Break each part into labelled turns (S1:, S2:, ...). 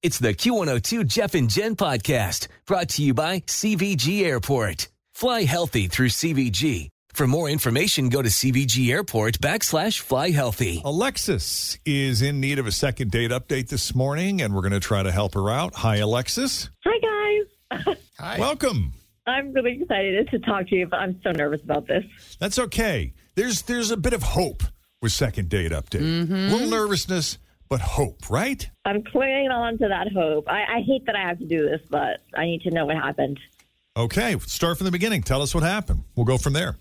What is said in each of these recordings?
S1: It's the Q102 Jeff and Jen podcast brought to you by CVG Airport. Fly healthy through CVG. For more information, go to CVG Airport backslash fly healthy.
S2: Alexis is in need of a second date update this morning, and we're going to try to help her out. Hi, Alexis.
S3: Hi guys.
S2: Welcome.
S3: I'm really excited to talk to you, but I'm so nervous about this.
S2: That's okay. There's there's a bit of hope with second date update. A little nervousness, but hope, right?
S3: I'm clinging on to that hope. I, I hate that I have to do this, but I need to know what happened.
S2: Okay, start from the beginning. Tell us what happened. We'll go from there.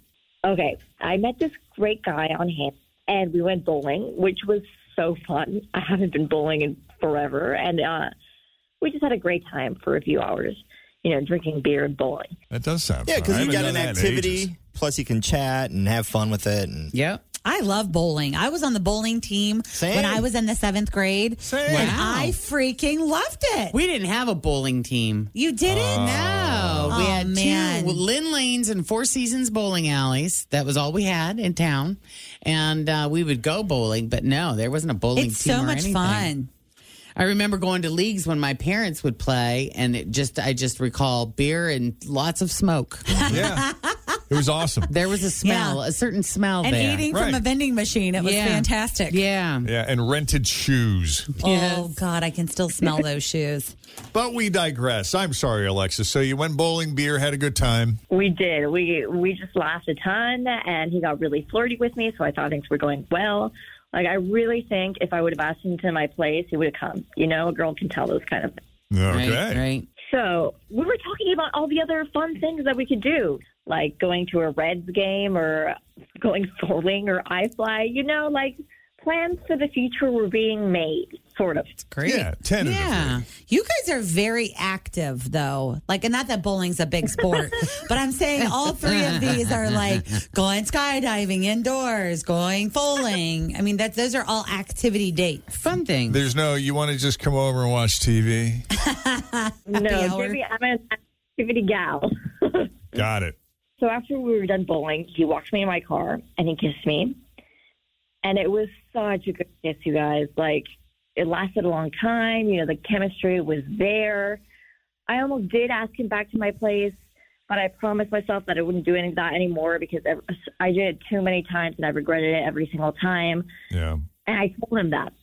S3: Okay, I met this great guy on hand, and we went bowling, which was so fun. I haven't been bowling in forever, and uh, we just had a great time for a few hours. You know, drinking beer and bowling.
S2: That does sound
S4: Yeah,
S2: fun.
S4: because
S2: I
S4: you
S2: haven't
S4: got
S2: done
S4: an
S2: that in ages.
S4: activity. Plus, you can chat and have fun with it. And
S5: Yeah.
S6: I love bowling. I was on the bowling team
S4: Same.
S6: when I was in the seventh grade.
S2: Same.
S6: And
S5: Wow.
S6: I freaking loved it.
S5: We didn't have a bowling team.
S6: you didn't?
S5: No, we
S6: Oh,
S5: had
S6: man.
S5: two Lynn Lanes and Four Seasons bowling alleys. That was all we had in town, and uh, we would go bowling. But no, there wasn't a bowling
S6: It's
S5: team.
S6: so
S5: or
S6: much
S5: anything.
S6: fun.
S5: I remember going to leagues when my parents would play, and it just I just recall beer and lots of smoke.
S2: Yeah, it was awesome.
S5: there was a smell, a certain smell
S6: And
S5: there.
S6: eating
S2: Right.
S6: from a vending machine. It was
S5: Oh, Yeah.
S6: fantastic.
S5: Yeah.
S2: Yeah, and rented shoes.
S6: Oh, God, I can still smell those shoes.
S2: But we digress. I'm sorry, Alexis. So you went bowling, beer, had a good time.
S3: We did. We we just laughed a ton, and he got really flirty with me. So I thought things were going well. Like I really think if I would have asked him to my place, he would have come. You know, a girl can tell those kind of things.
S2: Okay.
S5: Right. Right.
S3: So we were talking about all the other fun things that we could do, like going to a Reds game or going bowling or iFly. You know, like plans for the future were being made, sort of.
S5: Great.
S2: Yeah, tentatively.
S5: Yeah.
S6: You guys are very active, though. Like, and not that bowling's a big sport, but I'm saying all three of these are like going skydiving indoors, going bowling. I mean, that those are all activity dates.
S5: Fun thing.
S2: There's no. You want to just come over and watch TV?
S3: no,
S6: hour.
S3: give me, I'm an activity gal.
S2: Got it.
S3: So after we were done bowling, he walked me in my car and he kissed me. And it was such a good kiss, you guys. Like it lasted a long time. You know, the chemistry was there. I almost did ask him back to my place, but I promised myself that I wouldn't do any of that anymore because ev- I did it too many times and I regretted it every single time.
S2: Yeah.
S3: And I told him that.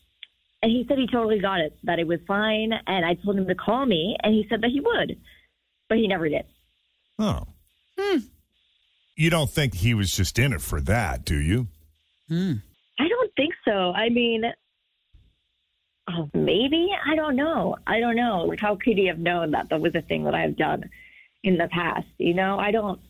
S3: And he said he totally got it, that it was fine. And I told him to call me and he said that he would, but he never did.
S2: Oh. You don't think he was just in it for that, do you?
S3: I don't think so. I mean, oh, maybe I don't know. I don't know. Like, how could he have known that that was a thing that I've done in the past? You know, I don't.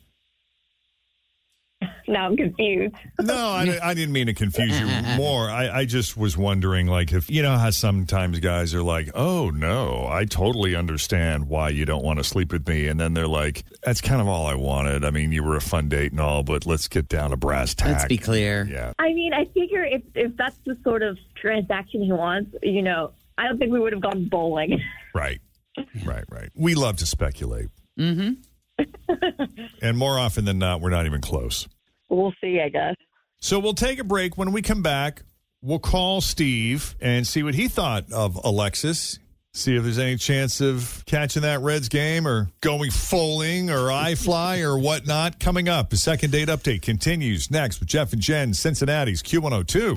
S3: Now I'm confused.
S2: No, I, I didn't mean to confuse you more. I, I just was wondering, like, if you know how sometimes guys are like, oh, no, I totally understand why you don't want to sleep with me. And then they're like, that's kind of all I wanted. I mean, you were a fun date and all, but let's get down to brass tacks.
S5: Let's be clear.
S2: Yeah.
S3: I mean, I figure if if that's the sort of transaction he wants, you know, I don't think we would have gone bowling.
S2: Right. Right, right. We love to speculate. Mm-hmm. and more often than not, we're not even close.
S3: We'll see, I guess.
S2: So we'll take a break. When we come back, we'll call Steve and see what he thought of Alexis. See if there's any chance of catching that Reds game or going foaling or I fly or whatnot. Coming up, the second date update continues next oh with Jeff and Jen, Cincinnati's Q102.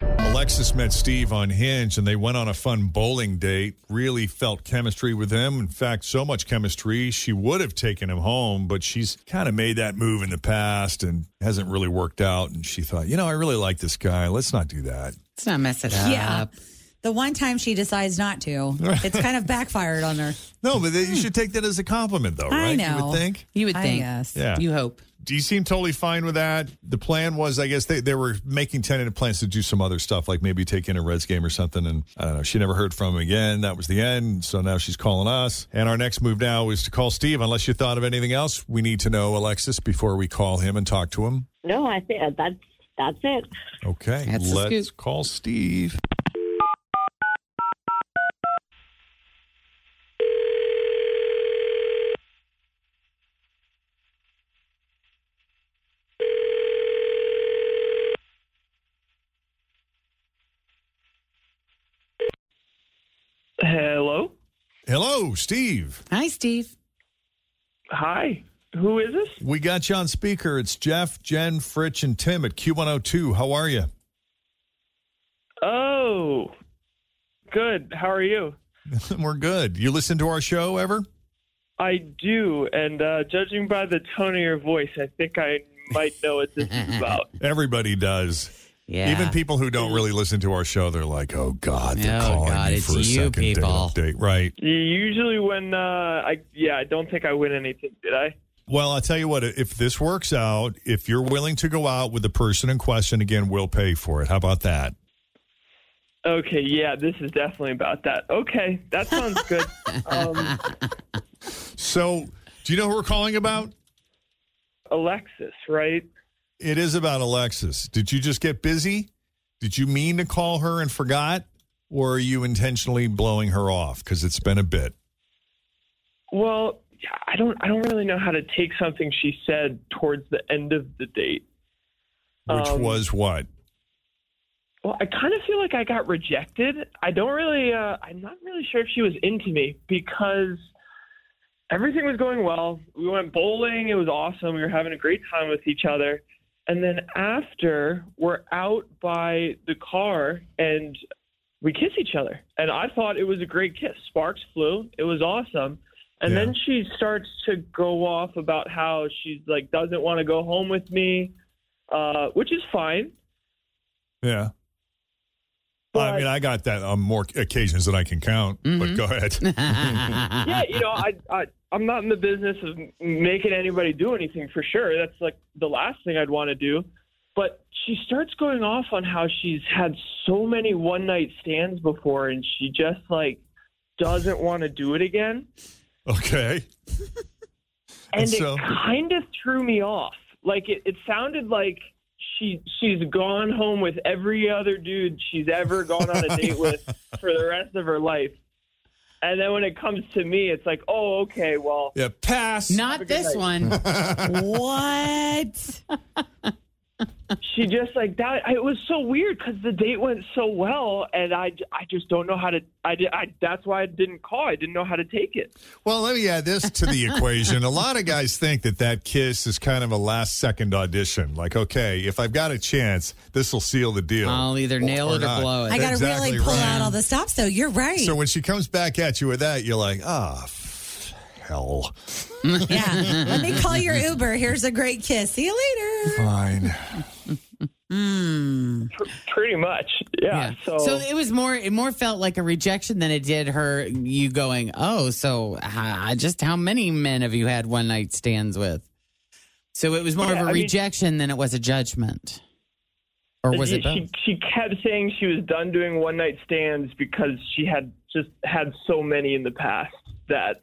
S2: Alexis met Steve on Hinge and they went on a fun bowling date. Really felt chemistry with him. In fact, so much chemistry, she would have taken him home, but she's kind of made that move in the past and hasn't really worked out. And she thought, you know, I really like this guy. Let's not do that.
S5: Let's not mess it up.
S6: Yeah. The one time she decides not to, it's kind of backfired on her.
S2: No, but you should take that as a compliment, though,
S6: I
S2: right? You
S6: know.
S2: would think.
S5: You would
S6: I
S5: think.
S6: guess.
S2: Yeah.
S5: You hope.
S2: Do you seem totally fine with that? The plan was, I guess, they, they were making tentative plans to do some other stuff, like maybe take in a Reds game or something. And I don't know, she never heard from him again. That was the end. So now she's calling us. And our next move now is to call Steve. Unless you thought of anything else, we need to know Alexis before we call him and talk to him.
S7: No, I think that's that's it.
S2: Okay,
S5: That's the
S2: let's
S5: scoop.
S2: call Steve.
S3: Hello.
S2: Hello, Steve.
S5: Hi, Steve.
S3: Hi. Who is this?
S2: We got you on speaker. It's Jeff, Jen, Fritch, and Tim at Q102. How are you?
S3: Oh, good. How are you?
S2: We're good. You listen to our show ever?
S3: I do, and uh, judging by the tone of your voice, I think I might know what this is about.
S2: Everybody does.
S5: Yeah.
S2: Even people who don't really listen to our show, they're like, "Oh God, they're
S5: Oh,
S2: calling
S5: God,
S2: me
S5: it's
S2: for a
S5: you
S2: second date
S5: people.
S2: update." Right.
S3: Usually, when uh, I yeah, I don't think I win anything. Did I?
S2: Well, I'll tell you what. If this works out, if you're willing to go out with the person in question again, we'll pay for it. How about that?
S3: Okay, yeah, this is definitely about that. Okay, that sounds good. um,
S2: So, do you know who we're calling about?
S3: Alexis, right?
S2: It is about Alexis. Did you just get busy? Did you mean to call her and forgot, or are you intentionally blowing her off? Because it's been a bit.
S3: Well, I don't. I don't really know how to take something she said towards the end of the date.
S2: Which
S3: Um,
S2: was what?
S3: Well, I kind of feel like I got rejected. I don't really, uh, I'm not really sure if she was into me because everything was going well. We went bowling, it was awesome. We were having a great time with each other. And then after, we're out by the car and we kiss each other. And I thought it was a great kiss. Sparks flew, it was awesome. And
S2: Yeah.
S3: then she starts to go off about how she's like, doesn't want to go home with me, uh, which is fine.
S2: Yeah. I
S3: But-
S2: mean, I got that on more occasions than I can count. But
S5: Mhm.
S2: go ahead.
S3: yeah, you know, I, I I'm not in the business of making anybody do anything for sure. That's like the last thing I'd want to do. But she starts going off on how she's had so many one night stands before, and she just like doesn't want to do it again.
S2: Okay.
S3: And,
S2: And so-
S3: it kind of threw me off. Like it, it sounded like she she's gone home with every other dude she's ever gone on a date with for the rest of her life. And then when it comes to me, it's like, oh, okay, well,
S2: Yeah, pass.
S5: Not this one.
S6: what?
S3: she just like that. It was so weird because the date went so well, and I, I just don't know how to. I, di- I that's why I didn't call. I didn't know how to take it.
S2: Well, let me add this to the equation. A lot of guys think that that kiss is kind of a last second audition. Like, okay, if I've got a chance, this will seal the deal.
S5: I'll either nail it or blow it.
S6: I got to
S2: Exactly
S6: really pull
S2: right.
S6: out all the stops, though. You're right.
S2: So when she comes back at you with that, you're like, ah, f- hell.
S6: yeah. Let me call your Uber. Here's a great kiss. See you later.
S2: Fine.
S6: Mm.
S3: Pr- pretty much, yeah. So,
S5: it was more. It more felt like a rejection than it did her. You going, oh, so uh, just how many men have you had one night stands with? So it was more
S3: Yeah,
S5: of a
S3: I mean-
S5: rejection than it was a judgment. Or was it
S3: She,
S5: both?
S3: she kept saying she was done doing one night stands because she had just had so many in the past that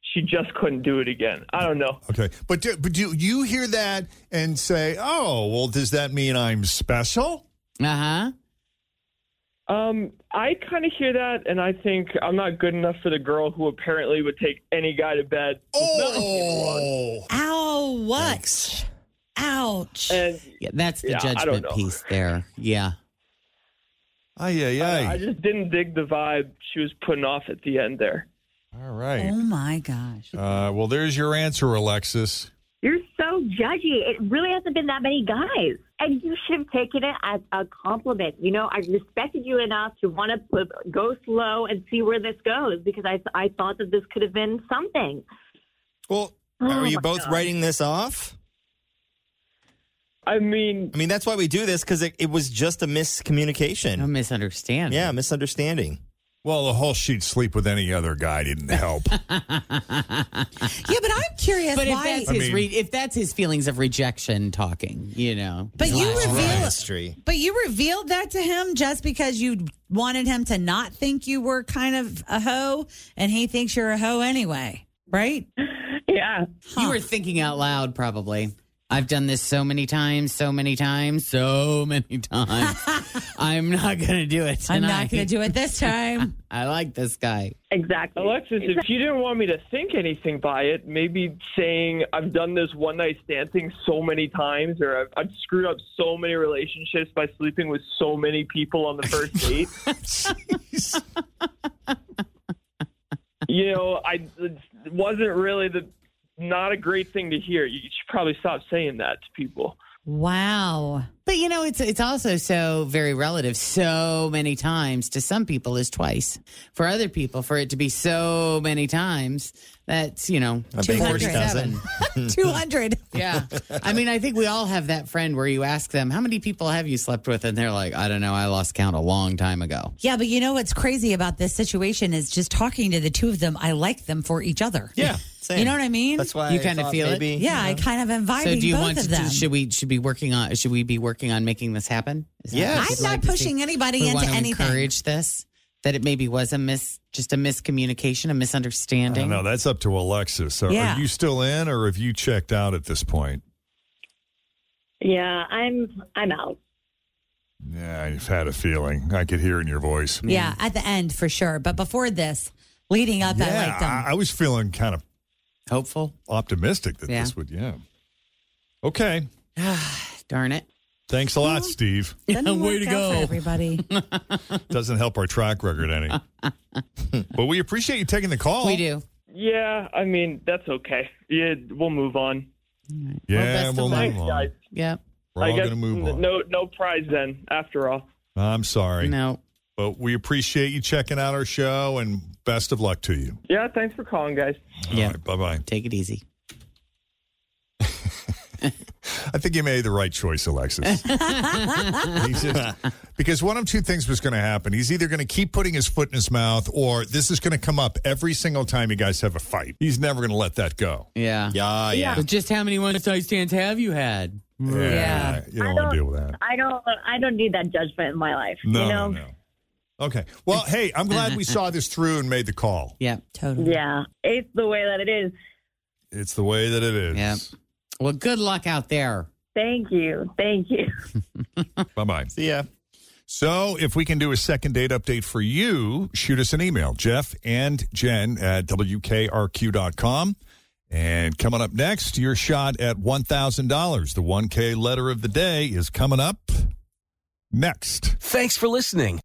S3: she just couldn't do it again. I don't know.
S2: Okay, but do, but do you hear that and say, "Oh, well, does that mean I'm special?"
S5: Uh huh.
S3: Um, I kind of hear that, and I think I'm not good enough for the girl who apparently would take any guy to bed.
S2: Oh,
S6: Ow, what? Ouch.
S8: Uh,
S5: Yeah, that's the
S3: Yeah, I don't
S5: judgment
S3: know.
S5: piece there. Yeah.
S2: Oh yeah,
S3: I, I just didn't dig the vibe she was putting off at the end there.
S2: All right.
S6: Oh my gosh.
S2: Uh, well, there's your answer, Alexis.
S8: You're so judgy. It really hasn't been that many guys. And you should have taken it as a compliment. You know, I respected you enough to want to put, go slow and see where this goes because I, I thought that this could have been something.
S4: Well,
S8: Oh
S4: Are you
S8: my
S4: both
S8: God.
S4: writing this off?
S3: I mean,
S4: I mean that's why we do this because it, it was just a miscommunication, a
S5: misunderstanding.
S4: Yeah, misunderstanding.
S2: Well, the whole she'd sleep with any other guy didn't help.
S6: Yeah, but I'm curious
S5: But if
S6: why.
S5: that's his re- if that's his feelings of rejection talking, you know.
S6: But you
S5: last
S6: reveal-
S5: night.
S4: History.
S6: But you revealed that to him just because you wanted him to not think you were kind of a hoe, and he thinks you're a hoe anyway, right?
S3: Yeah.
S5: You were thinking out loud, probably. I've done this so many times, so many times, so many times. I'm not going to do it
S6: I'm
S5: tonight.
S6: not going to do it this time.
S5: I like this guy.
S8: Exactly.
S3: Alexis, if you didn't want me to think anything by it, maybe saying I've done this one night stand thing so many times, or I've, I've screwed up so many relationships by sleeping with so many people on the first date. you know, I it wasn't really the not a great thing to hear. You should probably stop saying that to people.
S6: Wow.
S5: But you know, it's it's also so very relative. So many times to some people is twice. For other people, for it to be so many times, that's you know
S4: I
S5: two
S4: think
S5: hundred
S4: George
S5: seven.
S6: Two hundred.
S5: yeah, I mean, I think we all have that friend where you ask them, "How many people have you slept with?" and they're like, "I don't know. I lost count a long time ago."
S6: Yeah, but you know what's crazy about this situation is just talking to the two of them. I like them for each other.
S4: Yeah, same.
S6: You know what I mean?
S4: That's why
S5: You
S4: I
S5: kinda
S4: thought
S5: feel it?
S4: maybe,
S6: yeah, I
S4: you know.
S6: kind of inviting
S5: Uh-huh. so, do you
S6: both
S5: want
S6: of
S5: to?
S6: them.
S5: Should we should be working on? Should we be working on making this happen? Is that
S4: Yes.
S5: what
S6: I'm
S5: you'd
S6: not
S5: like to see?
S6: pushing anybody
S5: we
S6: into
S5: want to
S6: anything.
S5: encourage this that it maybe was a mis just a miscommunication a
S2: I don't
S5: misunderstanding
S2: know. That's up to Alexis. Are,
S6: Yeah.
S2: are you still in, or have you checked out at this point?
S7: Yeah, I'm I'm out.
S2: Yeah, I've had a feeling. I could hear in your voice.
S6: Yeah, at the end for sure. But before this, leading up,
S2: yeah,
S6: I like them.
S2: I, I was feeling kind of
S5: hopeful
S2: optimistic that
S5: Yeah.
S2: this would. Yeah. Okay.
S5: darn it
S2: Thanks a lot,
S5: Mm-hmm.
S2: Steve.
S6: Doesn't
S5: Way to
S6: work out for
S5: go.
S6: everybody.
S2: Doesn't help our track record any. but we appreciate you taking the call.
S5: we do
S3: Yeah, I mean that's okay. Yeah, we'll move on.
S2: Yeah,
S5: best of
S2: we'll
S5: luck.
S2: move
S3: Thanks,
S2: on.
S3: guys.
S5: yeah
S2: We're
S3: I
S2: all
S3: guess
S2: going to move on.
S3: No, no prize then. After all.
S2: I'm sorry.
S5: no
S2: But we appreciate you checking out our show and best of luck to you.
S3: Yeah, thanks for calling, guys.
S5: Yeah.
S2: bye bye.
S5: take it easy
S2: I think you made the right choice, Alexis. He's just- because one of two things was going to happen. He's either going to keep putting his foot in his mouth, or this is going to come up every single time you guys have a fight. He's never going to let that go.
S5: yeah
S4: Yeah, yeah.
S5: but just how many one night stands have you had
S2: Yeah.
S8: Mm.
S2: You
S8: I
S2: don't want
S8: don't-
S2: to deal with that.
S8: I don't I don't need that judgment in my life.
S2: No,
S8: you know?
S2: no, no. Okay. Well, hey, I'm glad we saw this through and made the call.
S5: yeah
S6: totally.
S8: Yeah. It's the way that it is.
S2: It's the way that it is.
S5: Yep. well good luck out there
S8: Thank you. Thank you.
S2: Bye bye.
S4: See ya.
S2: So, if we can do a second date update for you, shoot us an email, Jeff and Jen at WKRQ.com. And coming up next, your shot at $1,000. The 1K letter of the day is coming up next.
S1: Thanks for listening